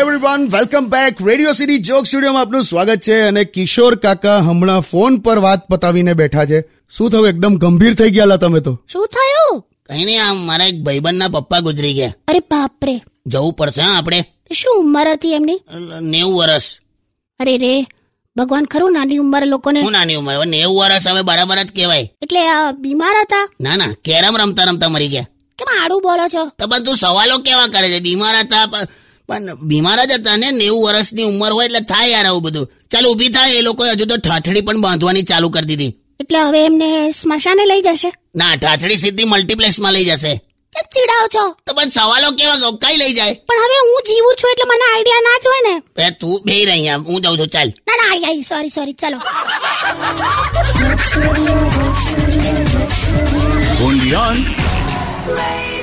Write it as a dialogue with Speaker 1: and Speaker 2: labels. Speaker 1: Everyone welcome back radio city joke સ્ટુડિયોમાં આપનું સ્વાગત છે અને કિશોર કાકા હમણાં ફોન પર વાત પતાવીને બેઠા છે શું થયું એકદમ ગંભીર થઈ ગયા લા તમે તો
Speaker 2: શું થયું
Speaker 3: કઈ નહીં આ મારા એક ભાઈબંધના પપ્પા ગુજરી ગયા
Speaker 2: અરે બાપરે
Speaker 3: જવું પડશે હા આપણે
Speaker 2: શું ઉંમર હતી એમની
Speaker 3: અ, નેવું વર્ષ
Speaker 2: અરે રે ભગવાન ખરું નાની ઉંમરે લોકોને
Speaker 3: હું નાની ઉંમર હવે નેવું વર્ષ હવે બરાબર જ કહેવાય
Speaker 2: એટલે આ બીમાર હતા
Speaker 3: ના ના કેરમ રમતા રમતા મરી ગયા
Speaker 2: કેમ આડું બોલો છો
Speaker 3: તો પણ તું સવાલો કેવા કરે છે બીમાર હતા પ- પણ બીમાર જ હતા ને નેવું વર્ષની ઉંમર હોય એટલે થાય યાર આવું બધું ચાલ ઊભી થાય એ લોકોએ હજુ તો ઠાઠડી પણ બાંધવાની ચાલુ કરી દીધી
Speaker 2: એટલે હવે એમને સ્મશાને લઈ જશે
Speaker 3: ના ઠાઠડી સીધી મલ્ટીપ્લેક્સમાં લઈ જશે
Speaker 2: કેમ ચીડાવ છો
Speaker 3: તો પણ સવાલો કેવા કઈ લઈ જાય
Speaker 2: પણ હવે હું જીવું છું એટલે મને આઈડિયા ના જ હોય ને
Speaker 3: બે તું બે રહી અહીંયા હું જાઉં છું ચાલ
Speaker 2: ના ના આઈ આઈ સોરી સોરી ચલો
Speaker 4: Undian.
Speaker 5: Radio